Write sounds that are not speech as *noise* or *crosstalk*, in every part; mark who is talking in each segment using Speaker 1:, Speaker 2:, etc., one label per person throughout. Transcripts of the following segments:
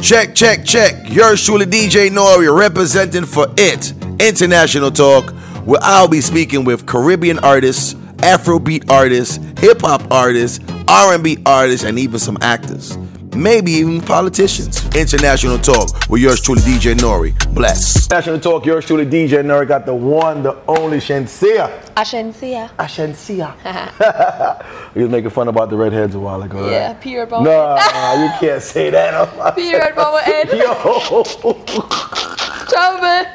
Speaker 1: Check, check, check. Yours truly, DJ Nori, representing for IT International Talk, where I'll be speaking with Caribbean artists, Afrobeat artists, hip hop artists, R&B artists, and even some actors. Maybe even politicians. International Talk with yours truly, DJ Nori. Bless.
Speaker 2: National Talk, yours truly, DJ Nerd got the one, the only Shensia.
Speaker 3: Ashensia.
Speaker 2: Ah, *laughs* Shensia. he was making fun about the redheads a while ago,
Speaker 3: Yeah,
Speaker 2: right?
Speaker 3: period bubble
Speaker 2: Nah,
Speaker 3: head.
Speaker 2: you can't say that. on my-
Speaker 3: Period
Speaker 2: *laughs*
Speaker 3: bubble head.
Speaker 2: Yo,
Speaker 3: Trouble.
Speaker 2: yo.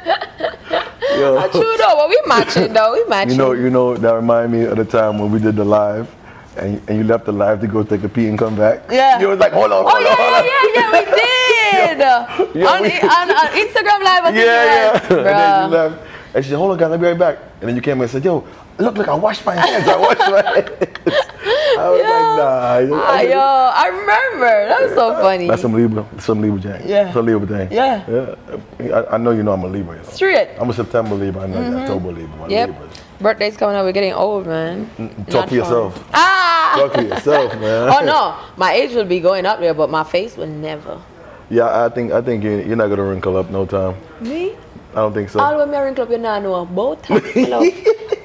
Speaker 3: True though, *laughs* but we matching though. We matching.
Speaker 2: You know, you know, that remind me of the time when we did the live and, and you left the live to go take a pee and come back.
Speaker 3: Yeah.
Speaker 2: You was like, hold on,
Speaker 3: Oh
Speaker 2: hold on, hold on.
Speaker 3: yeah, yeah, yeah, yeah, we did.
Speaker 2: *laughs* Yeah,
Speaker 3: on,
Speaker 2: we-
Speaker 3: on, on Instagram Live, I
Speaker 2: *laughs*
Speaker 3: think
Speaker 2: Yeah, yeah.
Speaker 3: it was.
Speaker 2: And then you
Speaker 3: Bruh.
Speaker 2: left. And she said, hold on, guys, let me be right back. And then you came and said, yo, look, look, I washed my hands. I washed my hands. *laughs* I was like,
Speaker 3: *laughs*
Speaker 2: nah.
Speaker 3: Ah, yo, I remember. That was so funny.
Speaker 2: That's some Libra. That's some Libra Jack.
Speaker 3: Yeah.
Speaker 2: Some Libra thing.
Speaker 3: Yeah.
Speaker 2: Yeah. I, I know you know I'm a Libra. You know.
Speaker 3: Straight. Mm-hmm.
Speaker 2: I'm a September Libra. I know you're October Libra. I'm a
Speaker 3: Yep.
Speaker 2: Libra.
Speaker 3: Birthday's coming up. We're getting old, man.
Speaker 2: Mm, Talk to
Speaker 3: Not fun.
Speaker 2: yourself.
Speaker 3: Ah.
Speaker 2: Talk to yourself, man.
Speaker 3: *laughs* Oh no, my age will be going up there, but my face will never.
Speaker 2: Yeah, I think I think you're, you're not gonna wrinkle up no time.
Speaker 3: Me?
Speaker 2: I don't think so.
Speaker 3: All when me ring club, you know, I know both
Speaker 2: *laughs*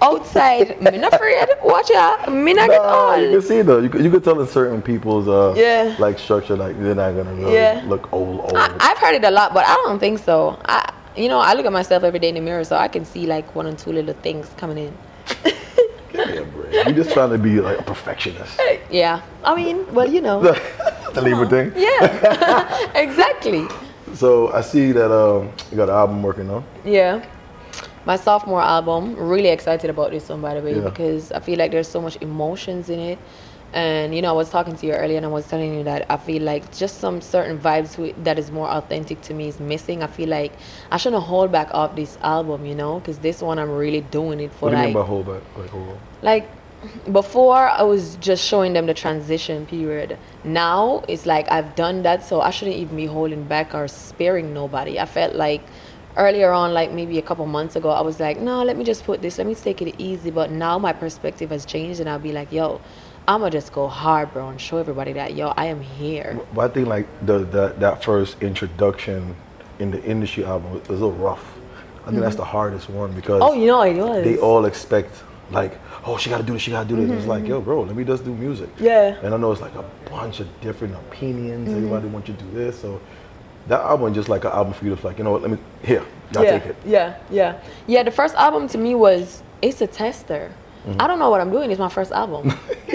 Speaker 3: outside. Me not afraid. Watch out. Me not get
Speaker 2: Nah,
Speaker 3: all.
Speaker 2: you can see though. You can, you can tell in certain people's uh
Speaker 3: Yeah.
Speaker 2: like structure like they're not gonna really
Speaker 3: Yeah.
Speaker 2: look old old.
Speaker 3: I, I've heard it a lot, but I don't think so. I, you know, I look at myself every day in the mirror, so I can see like one or two little things coming in. *laughs*
Speaker 2: Yeah, bro. You're just trying to be like a perfectionist. *laughs*
Speaker 3: Yeah, I mean, well, you know,
Speaker 2: the the Libra thing.
Speaker 3: yeah, *laughs* exactly.
Speaker 2: So I see that um you got an album working on.
Speaker 3: Yeah, my sophomore album. Really excited about this one, by the way,
Speaker 2: Yeah.
Speaker 3: because I feel like there's so much emotions in it. And you know, I was talking to you earlier, and I was telling you that I feel like just some certain vibes wi- that is more authentic to me is missing. I feel like I shouldn't hold back off this album, you know, because this one I'm really doing it for
Speaker 2: What do you
Speaker 3: like
Speaker 2: mean by hold back? Like hold on.
Speaker 3: like before i was just showing them the transition period now it's like i've done that so i shouldn't even be holding back or sparing nobody i felt like earlier on like maybe a couple months ago i was like no let me just put this let me take it easy but now my perspective has changed and i'll be like yo i'ma just go hard bro and show everybody that yo i am here
Speaker 2: But I think like the, the that first introduction in the industry album was a little rough. I think that's the hardest one because
Speaker 3: Mm-hmm. oh you know it was
Speaker 2: they all expect like, oh, she got to do this, she got to do this. It's like, yo, bro, let me just do music.
Speaker 3: Mm-hmm. Yeah. Mm-hmm.
Speaker 2: And I know it's like a bunch of different opinions. Everybody wants you to do this, so that album just like an album for you to like, you know what? Let me here, y'all
Speaker 3: yeah,
Speaker 2: take it.
Speaker 3: Yeah, yeah, yeah. The first album to me was it's a tester.
Speaker 2: Mm-hmm.
Speaker 3: I don't know what I'm doing. It's my first album.
Speaker 2: *laughs*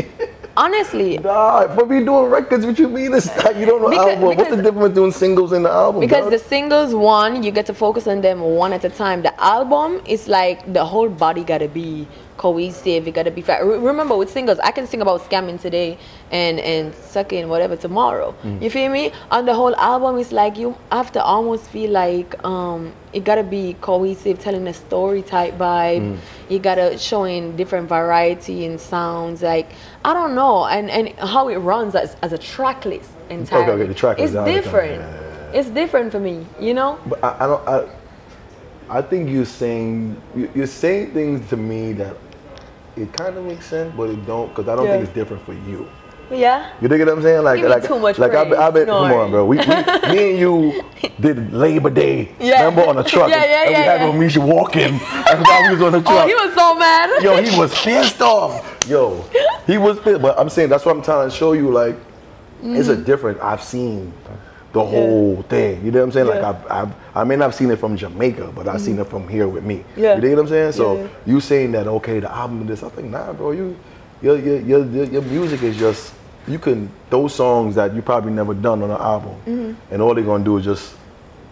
Speaker 3: Honestly,
Speaker 2: Nah, but we doing records. What you mean? It's not, you don't know
Speaker 3: Because-
Speaker 2: album. What's the
Speaker 3: because-
Speaker 2: difference between doing singles and the album?
Speaker 3: because
Speaker 2: dog?
Speaker 3: the singles one, you get to focus on them one at a time. The album is like the whole body gotta be cohesive. It gotta be. Fa- Re- remember with singles, I can sing about scamming today and and sucking whatever tomorrow. You feel me? On the whole album, it's like you have to almost feel like um it gotta be cohesive, telling a story type vibe. You gotta showing different variety and sounds. Like I don't know, and and how it runs as as a track list entirely.
Speaker 2: okay, the track list,
Speaker 3: It's
Speaker 2: I understand.
Speaker 3: different.
Speaker 2: Yeah, yeah,
Speaker 3: It's different for me, you know.
Speaker 2: But I, I don't. I, I think you're saying you- you're saying things to me that it kind of makes sense, but it don't because I don't
Speaker 3: Yeah.
Speaker 2: think it's different for you.
Speaker 3: Yeah.
Speaker 2: You dig what I'm saying? Like,
Speaker 3: Give me
Speaker 2: like,
Speaker 3: too much
Speaker 2: like I've been, I've been
Speaker 3: praise,
Speaker 2: come on,
Speaker 3: Nori.
Speaker 2: bro. We, we, me and you did Labor Day.
Speaker 3: *laughs* Yeah.
Speaker 2: Remember on a truck?
Speaker 3: Yeah, yeah,
Speaker 2: and we
Speaker 3: yeah,
Speaker 2: had
Speaker 3: yeah.
Speaker 2: Ramesh walking, and while we was on the
Speaker 3: Oh,
Speaker 2: truck,
Speaker 3: he was so mad.
Speaker 2: yo, he was pissed off. Yo, he was pissed. But I'm saying that's what I'm trying to show you. Like, it's
Speaker 3: Mm.
Speaker 2: a different. I've seen the whole thing. You know what I'm saying? Like,
Speaker 3: Yeah. Mm.
Speaker 2: I've, I've, I may not have seen it from Jamaica, but I've seen it from here with me.
Speaker 3: Yeah.
Speaker 2: You know what I'm saying? So
Speaker 3: Yeah, yeah.
Speaker 2: you saying that okay, the album and this? I think nah, bro. You, your, your, your, your, your music is just you can throw songs that you probably never done on an album,
Speaker 3: Mm-hmm.
Speaker 2: and all they're gonna do is just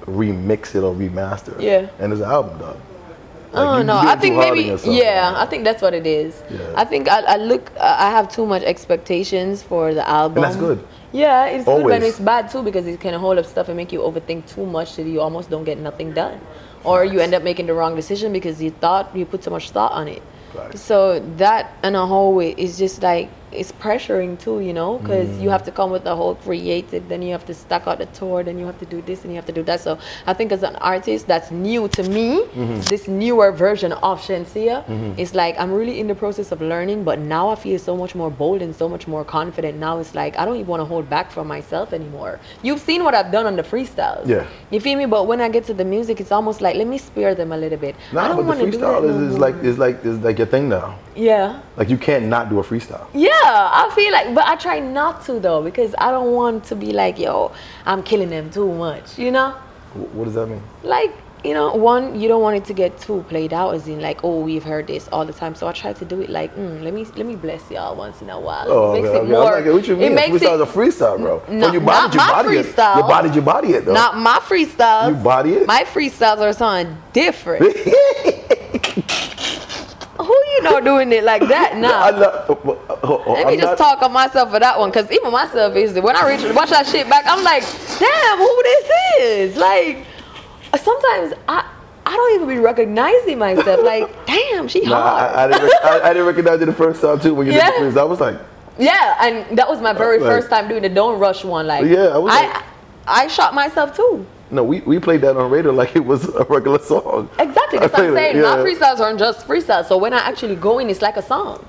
Speaker 2: remix it or remaster it.
Speaker 3: Yeah.
Speaker 2: And it's an album, dog.
Speaker 3: *laughs* oh
Speaker 2: you- you
Speaker 3: no, I
Speaker 2: being
Speaker 3: think
Speaker 2: too hard on
Speaker 3: maybe
Speaker 2: yourself.
Speaker 3: yeah, I think that's what it is.
Speaker 2: Yeah.
Speaker 3: I think I, I look, I I have too much expectations for the album.
Speaker 2: that's good.
Speaker 3: Yeah, it's good,
Speaker 2: Always.
Speaker 3: but it's bad too because it can hold up stuff and make you overthink too much so that you almost don't get nothing done, or you end up making the wrong decision because you thought you put so much thought on it.
Speaker 2: Right.
Speaker 3: So that in a whole way is just like it's pressuring too, you know, because you
Speaker 2: Mm.
Speaker 3: have to come with the whole creative, then you have to stack out the tour, then you have to do this and you have to do that. So I think as an artist that's new to me,
Speaker 2: Mm-hmm.
Speaker 3: this newer version of Shensia, it's like I'm really in the process of learning, but now I feel so much more bold and so much more confident. Now it's like I don't even want to hold back from myself anymore. You've seen what I've done on the freestyles.
Speaker 2: Yeah.
Speaker 3: You feel me? But when I get to the music, it's almost like let me spear them a little bit. I
Speaker 2: Nah,
Speaker 3: don't
Speaker 2: but the
Speaker 3: wanna do that
Speaker 2: freestyle is,
Speaker 3: no
Speaker 2: is
Speaker 3: more.
Speaker 2: like is like is like your thing now.
Speaker 3: yeah.
Speaker 2: Like you can't not do a freestyle.
Speaker 3: Yeah, I feel like, but I try not to though because I don't want to be like, yo, I'm killing them too much, you know?
Speaker 2: Wh- What does that mean?
Speaker 3: Like, you know, one, you don't want it to get too played out, as in like, oh, we've heard this all the time. So I try to do it like, mm, let me let me bless y'all once in a while.
Speaker 2: Oh,
Speaker 3: it
Speaker 2: okay,
Speaker 3: makes
Speaker 2: okay.
Speaker 3: it more.
Speaker 2: I'm like, what you mean?
Speaker 3: It makes
Speaker 2: freestyle's
Speaker 3: it
Speaker 2: a freestyle, bro.
Speaker 3: N- no,
Speaker 2: when you
Speaker 3: not
Speaker 2: bodied, you
Speaker 3: my
Speaker 2: bodied it.
Speaker 3: freestyle.
Speaker 2: You bodied, you bodied it though.
Speaker 3: not my freestyles.
Speaker 2: You body *laughs* it?
Speaker 3: My freestyles are something different. Who you know doing it like
Speaker 2: *laughs*
Speaker 3: that now?
Speaker 2: I love, oh, oh, oh, oh,
Speaker 3: Let
Speaker 2: I'm
Speaker 3: me
Speaker 2: not-
Speaker 3: just talk on myself for that one, cause even myself is when I reach watch that shit back, I'm like, damn, who this is? Like, sometimes I I don't even be
Speaker 2: *laughs*
Speaker 3: recognizing myself. Like, damn, she
Speaker 2: Nah, I,
Speaker 3: hard.
Speaker 2: I, I didn't rec- I, I didn't recognize you the first time too when you
Speaker 3: Yeah.
Speaker 2: did the freestyle. I was like,
Speaker 3: yeah, and that was my very
Speaker 2: Like-
Speaker 3: first time doing the don't rush one. Like,
Speaker 2: Yeah, I was
Speaker 3: I,
Speaker 2: like-
Speaker 3: I shot myself too.
Speaker 2: no, we, we played that on radio like it was a regular song.
Speaker 3: Exactly, that's
Speaker 2: I
Speaker 3: what
Speaker 2: played
Speaker 3: I'm
Speaker 2: it,
Speaker 3: saying. My
Speaker 2: yeah.
Speaker 3: freestyles aren't just freestyles. So when I actually go in, it's like a song.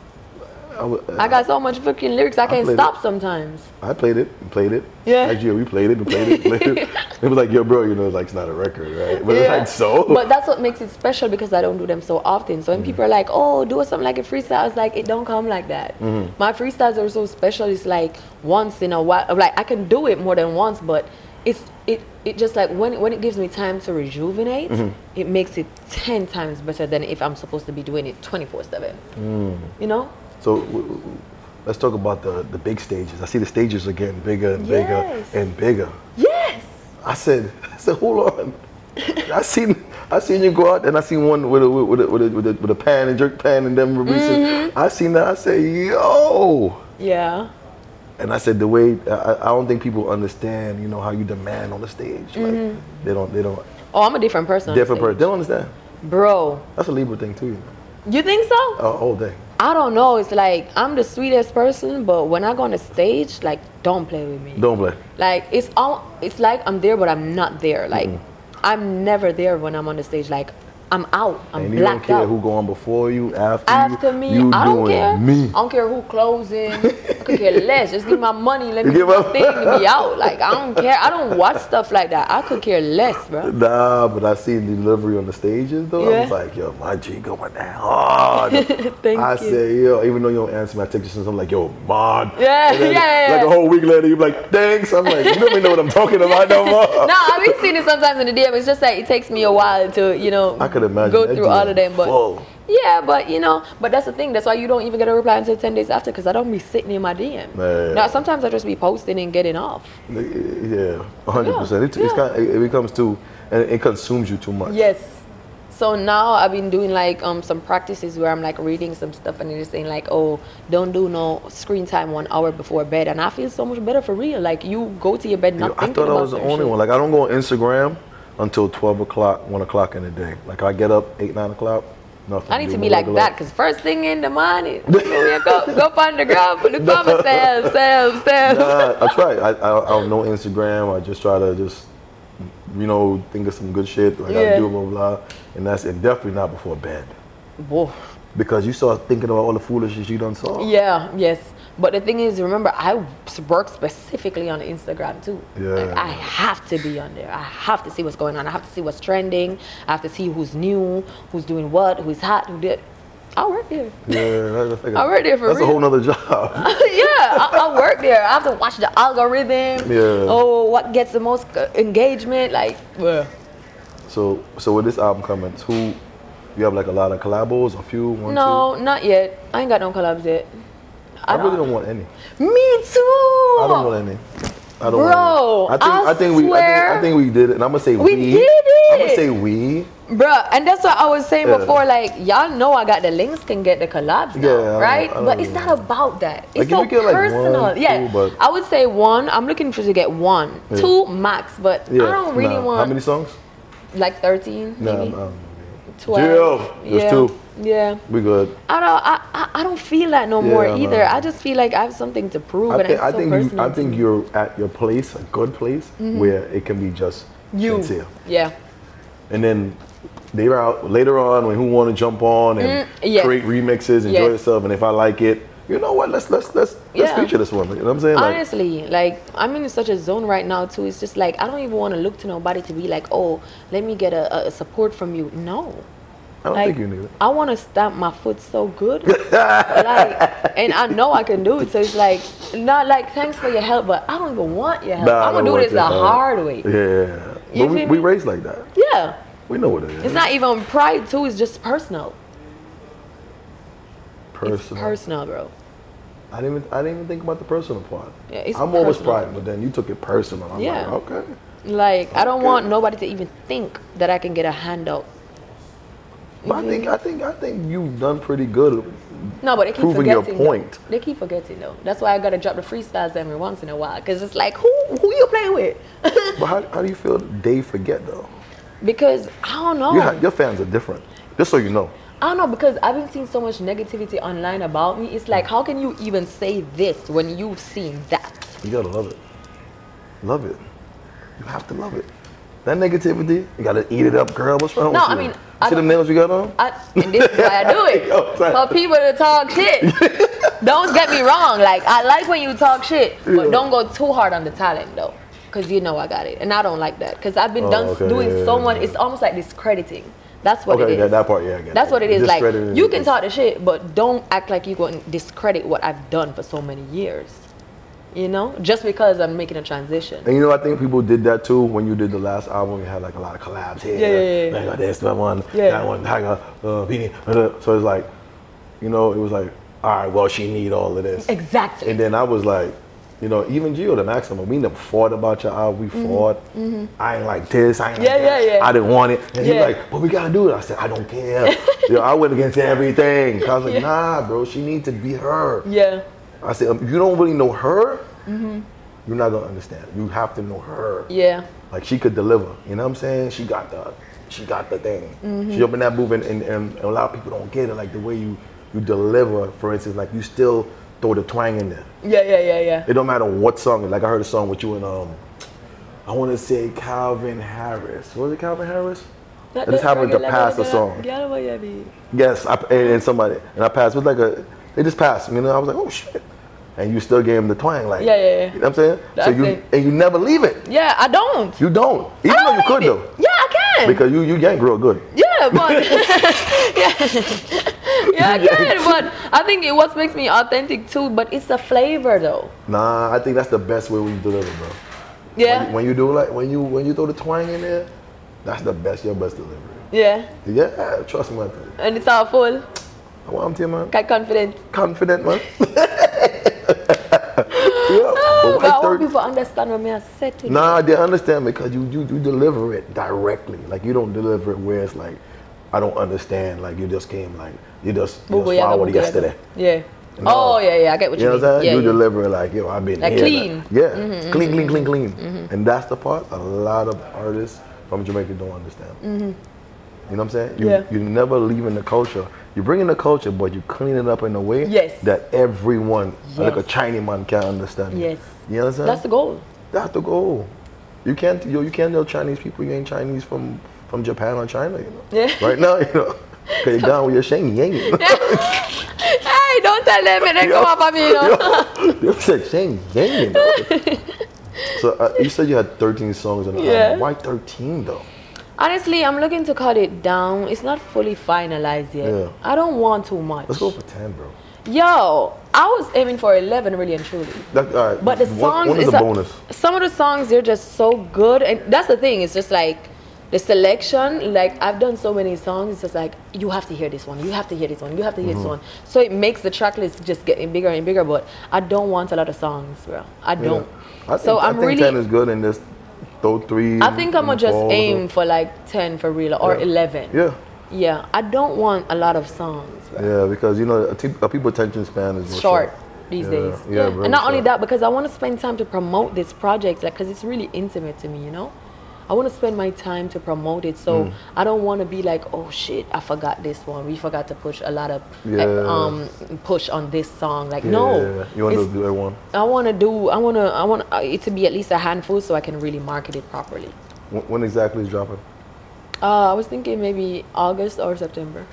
Speaker 2: I, wa-
Speaker 3: I got so much fucking lyrics, I can't
Speaker 2: played
Speaker 3: stop sometimes.
Speaker 2: I played it and played it.
Speaker 3: Yeah.
Speaker 2: Last year we played it and played it and
Speaker 3: *laughs*
Speaker 2: played it. It was like, yo, bro, you know, it's like it's not a record, right? But it's
Speaker 3: Yeah.
Speaker 2: like, so?
Speaker 3: But that's what makes it special because I don't do them so often. So when people are like, "Oh, do something like a freestyle," it's like it don't come like that.
Speaker 2: Mm-hmm.
Speaker 3: My freestyles are so special. It's like once in a while. Like I can do it more than once, but it's it it just like when when it gives me time to rejuvenate,
Speaker 2: Mm-hmm.
Speaker 3: it makes it ten times better than if I'm supposed to be doing it twenty four seven.
Speaker 2: Mm.
Speaker 3: You know?
Speaker 2: So w- w- let's talk about the, the big stages. I see the stages are getting bigger and
Speaker 3: Yes.
Speaker 2: bigger and bigger.
Speaker 3: Yes.
Speaker 2: I said, *laughs* I said, hold
Speaker 3: *laughs*
Speaker 2: on. I seen, I seen you go out, and I seen one with a with a with a, with a, with a pan and jerk pan and them
Speaker 3: Mm-hmm.
Speaker 2: Reese's. I seen that. I said, yo.
Speaker 3: Yeah.
Speaker 2: And I said, the way I, I- I don't think people understand, you know, how you demand on the stage. Like
Speaker 3: Mm-hmm.
Speaker 2: they don't, they don't.
Speaker 3: Oh, I'm a different person. on the
Speaker 2: Different person. They
Speaker 3: stage.
Speaker 2: don't understand.
Speaker 3: Bro,
Speaker 2: That's a Libra thing too. You know.
Speaker 3: you think so?
Speaker 2: All, all day.
Speaker 3: I don't know. It's like I'm the sweetest person, but when I go on the stage, like don't play with me.
Speaker 2: Don't play.
Speaker 3: Like it's all. It's like I'm there, but I'm not there. Like
Speaker 2: Mm-hmm.
Speaker 3: I'm never there when I'm on the stage. Like I'm out. I'm
Speaker 2: and you don't
Speaker 3: blacked
Speaker 2: care
Speaker 3: out.
Speaker 2: who go on before you, after,
Speaker 3: After
Speaker 2: you.
Speaker 3: me,
Speaker 2: you
Speaker 3: I don't
Speaker 2: doing
Speaker 3: care.
Speaker 2: Me.
Speaker 3: I don't care who closing. I
Speaker 2: *laughs*
Speaker 3: could care less. Just give my money. Let me
Speaker 2: Give
Speaker 3: do my
Speaker 2: up.
Speaker 3: thing
Speaker 2: *laughs*
Speaker 3: and be out. Like I don't care. I don't watch stuff like that. I could care less, bro.
Speaker 2: Nah, but I seen delivery on the stages though. I was
Speaker 3: Yeah.
Speaker 2: like, yo, my G going down hard.
Speaker 3: *laughs* Thank
Speaker 2: I
Speaker 3: you.
Speaker 2: say, yo, even though you don't answer my text, I'm like, yo, mod.
Speaker 3: Yeah,
Speaker 2: And then,
Speaker 3: yeah, yeah,
Speaker 2: Like
Speaker 3: yeah.
Speaker 2: a whole week later, you're like, thanks. I'm like, you don't even know what I'm talking about no more.
Speaker 3: *laughs* no, I've been seeing it sometimes in the DM. It's just like it takes me a while to, you know,
Speaker 2: I could imagine
Speaker 3: go
Speaker 2: that
Speaker 3: through all
Speaker 2: DM
Speaker 3: of them. But
Speaker 2: full.
Speaker 3: yeah, but you know, but that's the thing. That's why you don't even get a reply until ten days after, because I don't be sitting in my DM.
Speaker 2: Man.
Speaker 3: Now sometimes I just be posting and getting off.
Speaker 2: Yeah, 100. percent It, it's
Speaker 3: Yeah, yeah.
Speaker 2: kind. It, it becomes too, and it consumes you too much.
Speaker 3: Yes. So now I've been doing like um some practices where I'm like reading some stuff and they're saying like, oh, don't do no screen time one hour before bed, and I feel so much better for real. Like you go to your bed
Speaker 2: You
Speaker 3: not
Speaker 2: know, I
Speaker 3: thinking
Speaker 2: thought I
Speaker 3: about
Speaker 2: was the
Speaker 3: certain
Speaker 2: only
Speaker 3: shit.
Speaker 2: one. Like I don't go on Instagram until 12 o'clock, one o'clock in the day. Like I get up eight, nine o'clock. Nothing.
Speaker 3: I need
Speaker 2: do
Speaker 3: to
Speaker 2: my
Speaker 3: be like
Speaker 2: regular-
Speaker 3: that because first thing in the
Speaker 2: *laughs*
Speaker 3: morning, when we go, go find the girl, look for myself, self, self.
Speaker 2: Nah, I try. I, I, I don't know Instagram. I just try to just, you know, think of some good shit. that I gotta
Speaker 3: Yeah.
Speaker 2: do blah blah, blah. and that's and definitely not before bed
Speaker 3: Whoa.
Speaker 2: because you start thinking about all the foolishness you done saw.
Speaker 3: Yeah, yes. But the thing is, remember, I work specifically on Instagram too. Like,
Speaker 2: Yeah.
Speaker 3: I have to be on there. I have to see what's going on. I have to see what's trending. I have to see who's new, who's doing what, who's hot, who did. I work there.
Speaker 2: *laughs*
Speaker 3: *laughs*
Speaker 2: Yeah, that- that's like a,
Speaker 3: I work there for
Speaker 2: That's
Speaker 3: real.
Speaker 2: a whole nother *laughs* job.
Speaker 3: yeah, I, I work there. I have to watch the algorithm.
Speaker 2: Yeah.
Speaker 3: Oh, what gets the most uh, engagement? Like, well,
Speaker 2: so so with this album coming, who you have like a lot of collabos, a few, one,
Speaker 3: no, not yet. I ain't got no collabs yet.
Speaker 2: two. I, really don't want any.
Speaker 3: Me too.
Speaker 2: I don't want any. I don't
Speaker 3: Bro,
Speaker 2: want any. I think
Speaker 3: I
Speaker 2: think we I think,
Speaker 3: swear
Speaker 2: I think we did it. And I'm gonna say
Speaker 3: we
Speaker 2: we,
Speaker 3: did it.
Speaker 2: I'm gonna say we.
Speaker 3: Bruh, and that's what I was saying
Speaker 2: Yeah.
Speaker 3: before. Like, y'all know I got the links, can get the collabs, now,
Speaker 2: Yeah, I don't-
Speaker 3: right?
Speaker 2: I don't
Speaker 3: but it's
Speaker 2: know.
Speaker 3: not about that. It's
Speaker 2: if
Speaker 3: so
Speaker 2: you get, like, one,
Speaker 3: personal. yeah,
Speaker 2: two, but-
Speaker 3: I would say one. I'm looking for to get one,
Speaker 2: Yeah.
Speaker 3: two max, but
Speaker 2: Yeah.
Speaker 3: I don't really
Speaker 2: nah.
Speaker 3: want
Speaker 2: How many songs?
Speaker 3: like 13,
Speaker 2: Nah,
Speaker 3: maybe
Speaker 2: um,
Speaker 3: twelve.
Speaker 2: Yeah, there's
Speaker 3: yeah.
Speaker 2: two.
Speaker 3: Yeah.
Speaker 2: We good.
Speaker 3: I don't. I, I, I don't feel that no more
Speaker 2: Yeah,
Speaker 3: either.
Speaker 2: no.
Speaker 3: I just feel like I have something to prove,
Speaker 2: I,
Speaker 3: and
Speaker 2: think
Speaker 3: it's so
Speaker 2: I think you,
Speaker 3: personal.
Speaker 2: I
Speaker 3: to
Speaker 2: think
Speaker 3: me.
Speaker 2: you're at your place, a good place, where it can be just
Speaker 3: you.
Speaker 2: sincere.
Speaker 3: Yeah.
Speaker 2: And then they were out later on when who want to jump on and
Speaker 3: Mm, yes.
Speaker 2: create remixes, enjoy
Speaker 3: Yes.
Speaker 2: yourself, and if I like it, you know what? Let's let's let's let's
Speaker 3: Yeah.
Speaker 2: feature this woman. You know what I'm saying? Like,
Speaker 3: Honestly, like I'm in such a zone right now too. It's just like I don't even want to look to nobody to be like, oh, let me get a, a support from you. No.
Speaker 2: I don't
Speaker 3: Like,
Speaker 2: think you need it.
Speaker 3: I want to stamp my foot so
Speaker 2: *laughs*
Speaker 3: good, like, and I know I can do it. So it's like, not like thanks for your help, but I don't even want your help.
Speaker 2: Nah,
Speaker 3: I'm
Speaker 2: I don't
Speaker 3: gonna do
Speaker 2: want
Speaker 3: this the
Speaker 2: your help.
Speaker 3: hard way.
Speaker 2: Yeah,
Speaker 3: You
Speaker 2: but we,
Speaker 3: feel
Speaker 2: we
Speaker 3: me?
Speaker 2: raised like that.
Speaker 3: Yeah,
Speaker 2: We know what it is.
Speaker 3: it's not even pride too. It's just personal.
Speaker 2: personal.
Speaker 3: It's personal, bro.
Speaker 2: I didn't even I didn't even think about the personal part.
Speaker 3: Yeah, it's
Speaker 2: I'm always
Speaker 3: personal.
Speaker 2: pride, but then you took it personal. I'm
Speaker 3: Yeah.
Speaker 2: like, okay.
Speaker 3: Like I don't
Speaker 2: Okay.
Speaker 3: want nobody to even think that I can get a handout.
Speaker 2: But I think I think I think you've done pretty good.
Speaker 3: No, but they keep
Speaker 2: Proving your
Speaker 3: forgetting.
Speaker 2: point.
Speaker 3: They keep forgetting though. That's why I gotta drop the freestyles every once in a while, cause it's like who who you playing with? *laughs*
Speaker 2: But how, how do you feel they forget though?
Speaker 3: because I don't know.
Speaker 2: You ha your fans are different. Just so you know.
Speaker 3: I don't know because I've been seeing so much negativity online about me. It's like, how can you even say this when you've seen that?
Speaker 2: You gotta love it. Love it. You have to love it. That negativity, you gotta eat it up, girl. What's wrong
Speaker 3: No,
Speaker 2: with
Speaker 3: I
Speaker 2: you?
Speaker 3: mean,
Speaker 2: You
Speaker 3: I
Speaker 2: see them
Speaker 3: don't-
Speaker 2: nails you got on?
Speaker 3: I, and this is why I do
Speaker 2: *laughs*
Speaker 3: it.
Speaker 2: Yo, sorry.
Speaker 3: For people to talk
Speaker 2: *laughs*
Speaker 3: shit. don't get me wrong. Like, I like when you talk shit, but
Speaker 2: Yeah.
Speaker 3: don't go too hard on the talent, though. Because you know I got it. And I don't like that. Because I've been
Speaker 2: Oh,
Speaker 3: done
Speaker 2: okay,
Speaker 3: doing
Speaker 2: yeah,
Speaker 3: so
Speaker 2: yeah,
Speaker 3: much.
Speaker 2: yeah.
Speaker 3: It's almost like discrediting. That's what
Speaker 2: okay,
Speaker 3: it is.
Speaker 2: that, that part, yeah, I get
Speaker 3: That's
Speaker 2: it.
Speaker 3: what it is. Like,
Speaker 2: Discrediting
Speaker 3: you can
Speaker 2: is-
Speaker 3: talk the shit, but don't act like you're going to discredit what I've done for so many years. You know? Just because I'm making a transition.
Speaker 2: And you know, I think people did that too when you did the last album. You had like a lot of collabs here.
Speaker 3: Yeah, yeah, yeah.
Speaker 2: Like, oh, this that one,
Speaker 3: Yeah.
Speaker 2: that one, that one, uh, Beanie, uh, uh. So it's like, you know, it was like, all right, well, she need all of this.
Speaker 3: Exactly.
Speaker 2: And then I was like, you know, even Gio the Maximum, we never fought about your album. We fought. I ain't like this. I ain't
Speaker 3: Mm-hmm. Yeah,
Speaker 2: like that.
Speaker 3: yeah, yeah.
Speaker 2: I didn't want it. And
Speaker 3: Yeah.
Speaker 2: he's like, but we gotta do it. I said, I don't
Speaker 3: *laughs*
Speaker 2: care. you know, I went against everything. 'Cause I was like, nah, bro, she need to be her.
Speaker 3: Yeah. Mm-hmm.
Speaker 2: I said, if you don't really know her, you're not gonna understand. You have to know her.
Speaker 3: Yeah.
Speaker 2: Like she could deliver. You know what I'm saying? She got the, she got the thing.
Speaker 3: Mm-hmm.
Speaker 2: She opened that move, and, and, and a lot of people don't get it. Like the way you you deliver, for instance, like you still throw the twang in there.
Speaker 3: Yeah, yeah, yeah, yeah.
Speaker 2: It don't matter what song. Like I heard a song with you and um, I want to say Calvin Harris. Was it Calvin Harris? I just happened to pass the song. Yes, I, and, and somebody and I passed. It was like a they just passed. You know, I was like, oh shit, and you still gave him the twang, like
Speaker 3: Yeah, yeah, yeah.
Speaker 2: You know what I'm saying?
Speaker 3: That's
Speaker 2: so you
Speaker 3: it.
Speaker 2: and you never leave it.
Speaker 3: Yeah, I don't.
Speaker 2: You don't, even though
Speaker 3: I don't
Speaker 2: you could
Speaker 3: need it.
Speaker 2: though,
Speaker 3: Yeah, I can.
Speaker 2: because you you yank real good.
Speaker 3: yeah, but *laughs* yeah, yeah, I
Speaker 2: *laughs*
Speaker 3: can. But I think it what makes me authentic too. But it's the flavor though.
Speaker 2: Nah, I think that's the best way we deliver, bro.
Speaker 3: Yeah,
Speaker 2: When, you do like when you when you throw the twang in there, that's the best your best delivery.
Speaker 3: yeah,
Speaker 2: Yeah, trust me, I tell you.
Speaker 3: and it's all full.
Speaker 2: I want to man.
Speaker 3: Quite confident.
Speaker 2: Confident man. *laughs* yeah. but
Speaker 3: but I
Speaker 2: why
Speaker 3: want
Speaker 2: thirty-
Speaker 3: people to understand what me I said to you.
Speaker 2: Nah, they understand because you, you you deliver it directly. Like you don't deliver it where it's like, I don't understand. Like you just came like you just, you
Speaker 3: Boo, boo,
Speaker 2: just
Speaker 3: yaga, boo,
Speaker 2: flowered
Speaker 3: boo, yaga.
Speaker 2: yesterday.
Speaker 3: Yeah.
Speaker 2: No.
Speaker 3: Oh yeah, yeah. I get what
Speaker 2: You
Speaker 3: you,
Speaker 2: know
Speaker 3: mean.
Speaker 2: what I'm saying?
Speaker 3: Yeah,
Speaker 2: you
Speaker 3: yeah.
Speaker 2: deliver it like yo, I've been
Speaker 3: Like
Speaker 2: here.
Speaker 3: clean. Mm-hmm,
Speaker 2: yeah, clean, clean, clean, clean. And that's the part a lot of artists from Jamaica don't understand. You know what I'm saying? You,
Speaker 3: Mm-hmm. Yeah.
Speaker 2: You're never leaving the culture. You bring in the culture, but you clean it up in a way
Speaker 3: Yes.
Speaker 2: that everyone, like a
Speaker 3: Yes.
Speaker 2: Chinese man, can understand. it.
Speaker 3: Yes.
Speaker 2: You know what I'm saying?
Speaker 3: That's the
Speaker 2: *laughs*
Speaker 3: goal.
Speaker 2: That's the goal. You can't yo, you can't tell Chinese people you ain't Chinese from from Japan or China, you know.
Speaker 3: Yeah.
Speaker 2: Right now, you know. Cause you're
Speaker 3: *laughs*
Speaker 2: down with your shame, you ain't it?
Speaker 3: Hey, don't tell them and they
Speaker 2: Yo.
Speaker 3: come up on me. You know?
Speaker 2: Yo, you said shame, you know.
Speaker 3: *laughs*
Speaker 2: So uh, you said you had 13 songs on the
Speaker 3: Yeah.
Speaker 2: album. Why 13 though?
Speaker 3: *laughs* Honestly, I'm looking to cut it down. It's not fully finalized yet.
Speaker 2: Yeah.
Speaker 3: I don't want too much.
Speaker 2: Let's go for 10, bro.
Speaker 3: Yo, I was aiming for 11, really and truly.
Speaker 2: That, all right.
Speaker 3: But the
Speaker 2: one,
Speaker 3: songs
Speaker 2: one is
Speaker 3: is
Speaker 2: a bonus.
Speaker 3: Some of the songs they're just so good, and that's the thing. It's just like the selection. Like I've done so many songs. It's just like you have to hear this one. You have to hear this one. You have to hear this
Speaker 2: Mm-hmm.
Speaker 3: one. So it makes the track list just getting bigger and bigger. But I don't want a lot of songs, bro. I
Speaker 2: Yeah.
Speaker 3: don't.
Speaker 2: I think,
Speaker 3: so
Speaker 2: I
Speaker 3: I'm
Speaker 2: think
Speaker 3: really.
Speaker 2: 10 is good and just throw three.
Speaker 3: I think I'm
Speaker 2: and
Speaker 3: gonna just
Speaker 2: four, so-
Speaker 3: aim for like 10 for real, or
Speaker 2: Yeah.
Speaker 3: 11.
Speaker 2: Yeah.
Speaker 3: Yeah, I don't want a lot of songs. bro.
Speaker 2: Yeah, because you know, a, t- a people attention span is real
Speaker 3: Short these
Speaker 2: Yeah,
Speaker 3: days.
Speaker 2: yeah, bro,
Speaker 3: and not only
Speaker 2: short.
Speaker 3: that, because I want to spend time to promote this project, like, because it's really intimate to me, you know. I I want to spend my time to promote it. So
Speaker 2: Mm.
Speaker 3: I don't want to be like, oh shit, I forgot this one. We forgot to push a lot of like,
Speaker 2: Yeah.
Speaker 3: um push on this song. Like no,
Speaker 2: You want to
Speaker 3: It's-
Speaker 2: do that one?
Speaker 3: I want to do. I want to. I want uh, it to be at least a handful so I can really market it properly.
Speaker 2: When, when exactly is dropping?
Speaker 3: Uh, I was thinking maybe August or September.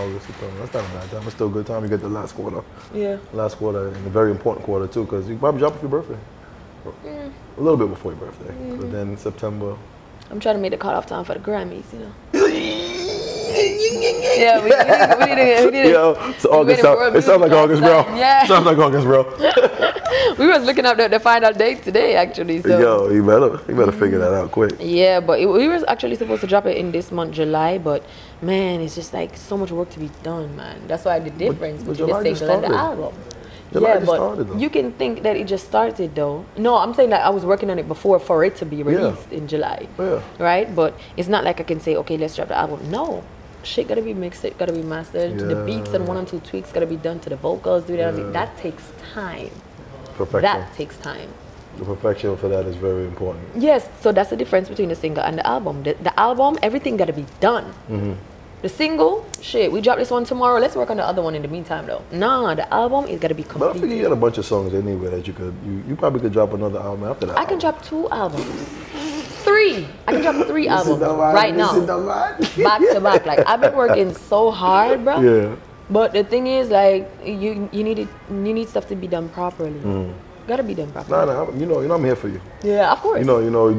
Speaker 2: August, September. That's not a bad time. It's still a good time. You get the last quarter.
Speaker 3: Yeah.
Speaker 2: Last quarter, and a very important quarter, too, because you probably drop for your birthday.
Speaker 3: Mm.
Speaker 2: A little bit before your birthday.
Speaker 3: Mm-hmm.
Speaker 2: But then September.
Speaker 3: I'm trying to make the cutoff time for the Grammys,
Speaker 2: *laughs*
Speaker 3: you know. yeah, we, we need to, we need to, we, need to-
Speaker 2: Yo, so
Speaker 3: we
Speaker 2: August.
Speaker 3: made a world
Speaker 2: Sound, it sounds like
Speaker 3: music
Speaker 2: August, bro.
Speaker 3: last time. Yeah.
Speaker 2: Sounds like August, bro.
Speaker 3: we was looking up the, the final date today, actually. *laughs* So. Mm-hmm.
Speaker 2: Yo, you better, you better figure that out quick.
Speaker 3: Yeah, but it, we were actually supposed to drop it in this month, July. But man, it's just like so much work to be done, man. That's why the difference
Speaker 2: but
Speaker 3: between the
Speaker 2: July just
Speaker 3: single and the
Speaker 2: started.
Speaker 3: album.
Speaker 2: July
Speaker 3: yeah,
Speaker 2: just
Speaker 3: but
Speaker 2: started, though.
Speaker 3: you can think that it just started though. No, I'm saying that I was working on it before for it to be released in July.
Speaker 2: Yeah.
Speaker 3: Right, but it's not like I can say, okay, let's drop the album. No. Shit gotta be mixed, it gotta be mastered. The beats and one and two tweaks gotta be done to the vocals. Do that. That takes time.
Speaker 2: Perfection.
Speaker 3: That takes time.
Speaker 2: The perfection for that is very important.
Speaker 3: Yes, so that's the difference between the single and the album. The, the album, everything got to be done.
Speaker 2: Mm-hmm.
Speaker 3: The single, shit, we drop this one tomorrow. Let's work on the other one in the meantime, though. Nah, the album is got to be
Speaker 2: But I figure you
Speaker 3: complete.
Speaker 2: got a bunch of songs anyway that you could, you, you probably could drop another album after that.
Speaker 3: I can drop two albums, three. I can drop three albums
Speaker 2: one,
Speaker 3: right
Speaker 2: this is the
Speaker 3: now,
Speaker 2: one.
Speaker 3: back to back. Like I've been working so hard,
Speaker 2: *laughs*
Speaker 3: bro.
Speaker 2: Yeah.
Speaker 3: But the thing is, like you, you need it, you need stuff to be done properly. Gotta be done properly.
Speaker 2: Mm. Nah, nah, I'm- you know, you know, I'm here for you.
Speaker 3: Yeah, of course.
Speaker 2: You know, you know,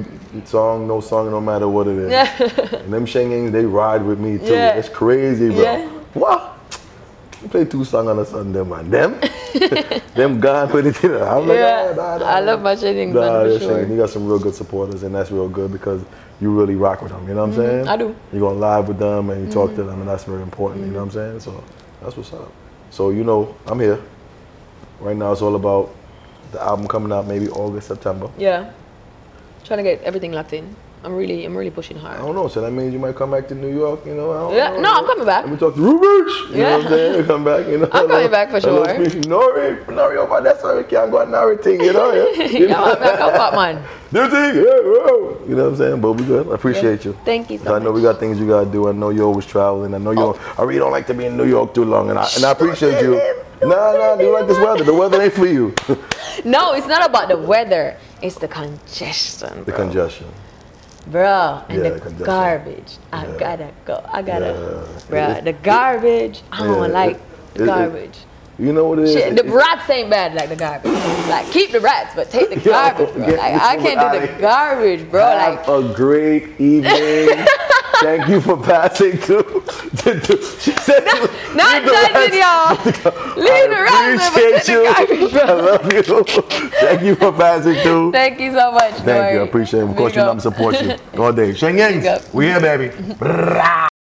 Speaker 2: song, no song, no matter what it is.
Speaker 3: Yeah.
Speaker 2: *laughs* and them Shengangs, they ride with me too.
Speaker 3: Yeah.
Speaker 2: It's crazy, bro.
Speaker 3: Yeah.
Speaker 2: What? You play two songs on a Sunday, man.
Speaker 3: *laughs*
Speaker 2: Them, them gone with it. You know. I'm like, "Ah,
Speaker 3: yeah,
Speaker 2: nah, nah, nah,
Speaker 3: I
Speaker 2: nah.
Speaker 3: love my shadings
Speaker 2: Nah,
Speaker 3: on
Speaker 2: yeah,
Speaker 3: for
Speaker 2: Shane,
Speaker 3: sure.
Speaker 2: you got some real good supporters, and that's real good because you really rock with them. You know what I'm saying?
Speaker 3: Mm-hmm. I do. Mm-hmm.
Speaker 2: You go live with them and you talk to them, and that's very important. You know what I'm saying? So that's what's up. So you know, I'm here. Right now, it's all about the album coming out maybe August, September.
Speaker 3: Yeah. Trying to get everything locked in. I'm really I'm really pushing
Speaker 2: I
Speaker 3: hard.
Speaker 2: don't know. So that means you might come back to New York. You know? I don't
Speaker 3: Yeah,
Speaker 2: know.
Speaker 3: no, I'm coming back.
Speaker 2: Let me talk to Rubers. You know what
Speaker 3: Yeah.
Speaker 2: I'm saying? Come back.
Speaker 3: *laughs*
Speaker 2: You know?
Speaker 3: I'm coming back for sure.
Speaker 2: Nori, Nori, over that's how you can't go and Nori thing. You know? Yeah?
Speaker 3: *laughs* You know, I'm
Speaker 2: *laughs*
Speaker 3: like, come on, man.
Speaker 2: New thing, yeah, whoa. You know what I'm saying? But we good. I appreciate you.
Speaker 3: Thank you so Oh.
Speaker 2: 'Cause I know we got things you gotta do. I know you're always traveling. I know you. are I really don't like to be in New York too long, and I and I appreciate you. Nah, nah, you like this weather. The weather ain't for
Speaker 3: *laughs*
Speaker 2: you.
Speaker 3: No, it's not about the weather. It's the congestion,
Speaker 2: the
Speaker 3: bro.
Speaker 2: congestion.
Speaker 3: Bro,
Speaker 2: Yeah,
Speaker 3: and the
Speaker 2: the congestion.
Speaker 3: garbage. I
Speaker 2: Yeah.
Speaker 3: gotta go. I gotta,
Speaker 2: Yeah.
Speaker 3: bro.
Speaker 2: It-
Speaker 3: the garbage. I don't
Speaker 2: Yeah,
Speaker 3: like
Speaker 2: it-
Speaker 3: the
Speaker 2: it- it-
Speaker 3: garbage.
Speaker 2: You know what it is?
Speaker 3: Shit, the
Speaker 2: It- it-
Speaker 3: rats ain't bad like the garbage. Like keep the rats, but take the
Speaker 2: *laughs* Yo,
Speaker 3: garbage, bro.
Speaker 2: get
Speaker 3: Like
Speaker 2: this
Speaker 3: I
Speaker 2: woman
Speaker 3: can't do
Speaker 2: outta
Speaker 3: the
Speaker 2: here.
Speaker 3: garbage, bro. Like
Speaker 2: Have a great
Speaker 3: *laughs*
Speaker 2: evening. Thank you for passing through. she said,
Speaker 3: Not
Speaker 2: leave the
Speaker 3: judging y'all.
Speaker 2: *laughs*
Speaker 3: Leave the rest
Speaker 2: I
Speaker 3: of it
Speaker 2: appreciate
Speaker 3: to
Speaker 2: you.
Speaker 3: the garbage.
Speaker 2: I love you. Thank you for passing through.
Speaker 3: Thank you so much.
Speaker 2: Thank you. I appreciate it. Of course, you know I'm supporting you all day. Sheng
Speaker 3: Big up.
Speaker 2: we here, baby.